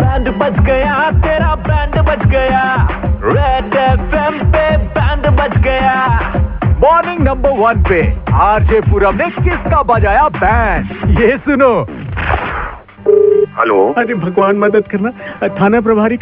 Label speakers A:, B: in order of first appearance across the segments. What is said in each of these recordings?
A: Band बज गया तेरा बैंड बज गया रेड एफएम पे बैंड बज गया मॉर्निंग नंबर वन पे आरजे पूरम ने किसका बजाया बैंड ये सुनो
B: हेलो
C: अरे भगवान मदद करना थाना प्रभारी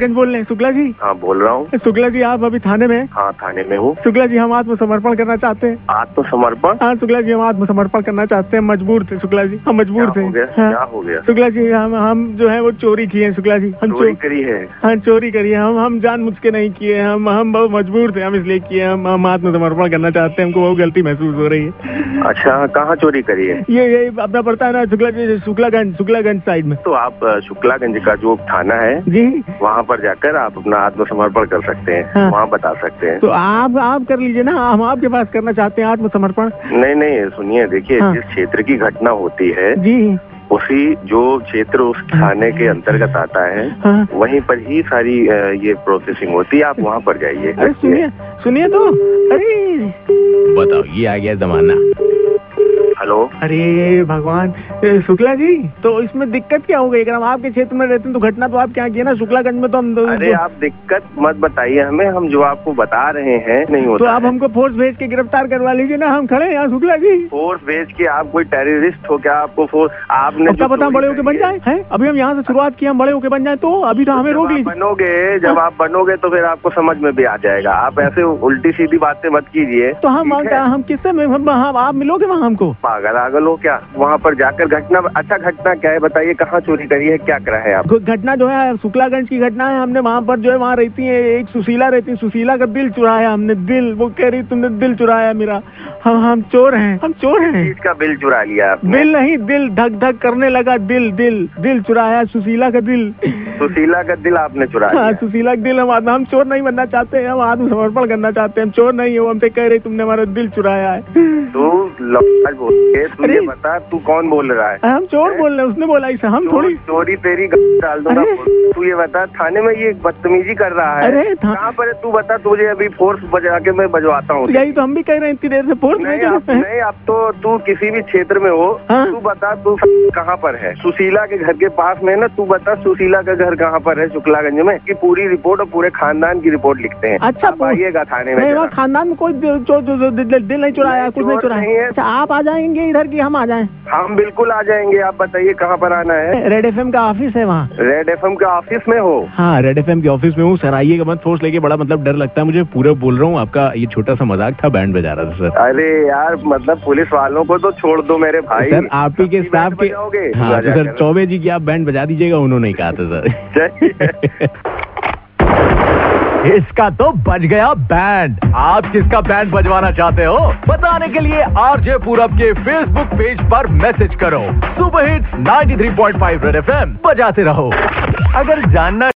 C: गंज बोल रहे हैं शुक्ला जी
B: हाँ बोल रहा हूँ
C: शुक्ला जी आप अभी थाने में हैं?
B: हाँ थाने में हूँ
C: शुक्ला जी हम आत्मसमर्पण करना चाहते हैं
B: आत्मसमर्पण
C: हाँ शुक्ला जी हम आत्मसमर्पण करना चाहते हैं मजबूर थे शुक्ला जी हम मजबूर
B: क्या
C: थे
B: हो गया?
C: हाँ।
B: क्या हो गया?
C: शुक्ला जी हम हम जो है वो चोरी किए हैं शुक्ला जी हम
B: चोरी
C: चो-
B: करी है
C: हाँ चोरी करी है हम हम जान मुझ के नहीं किए हैं, हम हम बहुत मजबूर थे हम इसलिए किए हैं, हम हम आत्मसमर्पण करना चाहते हैं हमको बहुत गलती महसूस हो रही है
B: अच्छा कहाँ चोरी करी है
C: ये ये अपना पड़ता है ना शुक्ला जी शुक्लागंज शुक्लागंज साइड में
B: तो आप अ, शुक्लागंज का जो थाना है
C: जी
B: वहाँ पर जाकर आप अपना आत्मसमर्पण कर सकते हैं
C: हाँ।
B: वहाँ बता सकते हैं
C: तो आप आप कर लीजिए ना हम आपके पास करना चाहते हैं आत्मसमर्पण
B: नहीं नहीं सुनिए देखिए
C: हाँ।
B: जिस क्षेत्र की घटना होती है
C: जी
B: उसी जो क्षेत्र उस थाने के अंतर्गत आता है
C: हाँ
B: वहीं पर ही सारी अ, ये प्रोसेसिंग होती है आप वहाँ पर जाइए
C: अरे सुनिए सुनिए तो अरे
A: बताओ ये आ गया जमाना
B: हेलो
C: अरे भगवान ए, शुक्ला जी तो इसमें दिक्कत क्या हो गई अगर हम आपके क्षेत्र में रहते हैं तो घटना तो आप क्या किए ना शुक्लागंज में तो हम दो-
B: अरे आप दिक्कत मत बताइए हमें हम जो आपको बता रहे हैं नहीं
C: तो
B: होता
C: आप
B: है।
C: हमको फोर्स भेज के गिरफ्तार करवा लीजिए ना हम खड़े हैं यहाँ शुक्ला जी
B: फोर्स भेज के आप कोई टेररिस्ट हो क्या आपको फोर्स आपने
C: अब क्या
B: जो
C: पता हम
B: चोरी
C: बड़े होके बन
B: करी है,
C: जाए हैं अभी हम यहाँ से शुरुआत की हम बड़े होके बन जाए तो अभी तो हमें
B: जब
C: रोक
B: आप
C: लीजिए
B: बनोगे जब आप बनोगे तो फिर आपको समझ में भी आ जाएगा आप ऐसे उल्टी सीधी बातें मत कीजिए
C: तो हम
B: ठीक है?
C: हम किससे में हम हम- आप मिलोगे वहाँ हमको
B: पागल आगल हो क्या वहाँ पर जाकर घटना अच्छा घटना क्या है बताइए कहाँ चोरी करी है क्या करा है आप
C: घ- घटना जो है शुक्लागंज की घटना है हमने वहाँ पर जो है वहाँ रहती है एक सुशीला रहती है सुशीला का दिल चुराया हमने दिल वो कह रही तुमने दिल चुराया मेरा हम हम चोर हैं हम चोर हैं
B: चीज का बिल चुरा लिया आपने
C: बिल नहीं दिल धक धक करने लगा दिल दिल दिल चुराया सुशीला का दिल
B: सुशीला का दिल आपने चुरा
C: हाँ
B: लिया
C: सुशीला का दिल हम आत्म- हम चोर नहीं बनना चाहते हैं हम आत्मसमर्पण करना चाहते हैं हम चोर नहीं है वो हमसे कह रही तुमने हमारा दिल चुराया है
B: तू लफाज बोल के तुझे
C: अरे-
B: बता तू कौन बोल रहा है
C: हम चोर बोल रहे हैं उसने बोला इसे हम
B: चोर-
C: थोड़ी
B: चोरी तेरी ग- डाल दूंगा
C: अरे।
B: तू ये बता थाने में ये बदतमीजी कर रहा है
C: अरे था-
B: कहाँ पर है? तू बता तुझे अभी फोर्स बजा के मैं बजवाता हूँ
C: यही तो हम भी कह रहे हैं इतनी देर से फोर्स नहीं
B: नहीं
C: कर
B: आप
C: सकते हैं
B: नहीं आप तो तू किसी भी क्षेत्र में हो
C: हाँ।
B: तू बता तू कहाँ पर है सुशीला के घर के पास में है ना तू बता सुशीला का घर कहाँ पर है शुक्लागंज में की पूरी रिपोर्ट और पूरे खानदान की रिपोर्ट लिखते हैं
C: अच्छा,
B: आप
C: पू-
B: आइएगा थाने में
C: नहीं
B: जरा।
C: वहाँ खानदान में कोई दिल, चो, जो, जो, दिल, दिल नहीं चुराया
B: नहीं,
C: कुछ नहीं
B: चोर नहीं
C: चुराया
B: है।
C: अच्छा आप आ जाएंगे इधर की हम आ जाएं
B: हम बिल्कुल आ जाएंगे आप बताइए कहाँ पर आना है
C: रेड एफ का ऑफिस है वहाँ
B: रेड एफ का ऑफिस में हो
C: हाँ रेड एफ के ऑफिस में हूँ सर आइएगा मत फोर्स लेके बड़ा मतलब डर लगता है मुझे पूरा बोल रहा हूँ आपका ये छोटा सा मजाक था बैंड बजा रहा था सर
B: अरे यार मतलब पुलिस वालों को तो छोड़ दो मेरे भाई
C: सर आप ही के
B: अपनी
C: स्टाफ
B: बैंड
C: के
B: बजाओगे?
C: हाँ तो
B: बजा
C: सर
B: कर।
C: चौबे जी की आप बैंड बजा दीजिएगा उन्होंने ही कहा था सर
B: जय-
A: इसका तो बज गया बैंड आप किसका बैंड बजवाना चाहते हो बताने के लिए आरजे पूरब के फेसबुक पेज पर मैसेज करो सुबह हिट्स 93.5 रेड एफएम बजाते रहो अगर जानना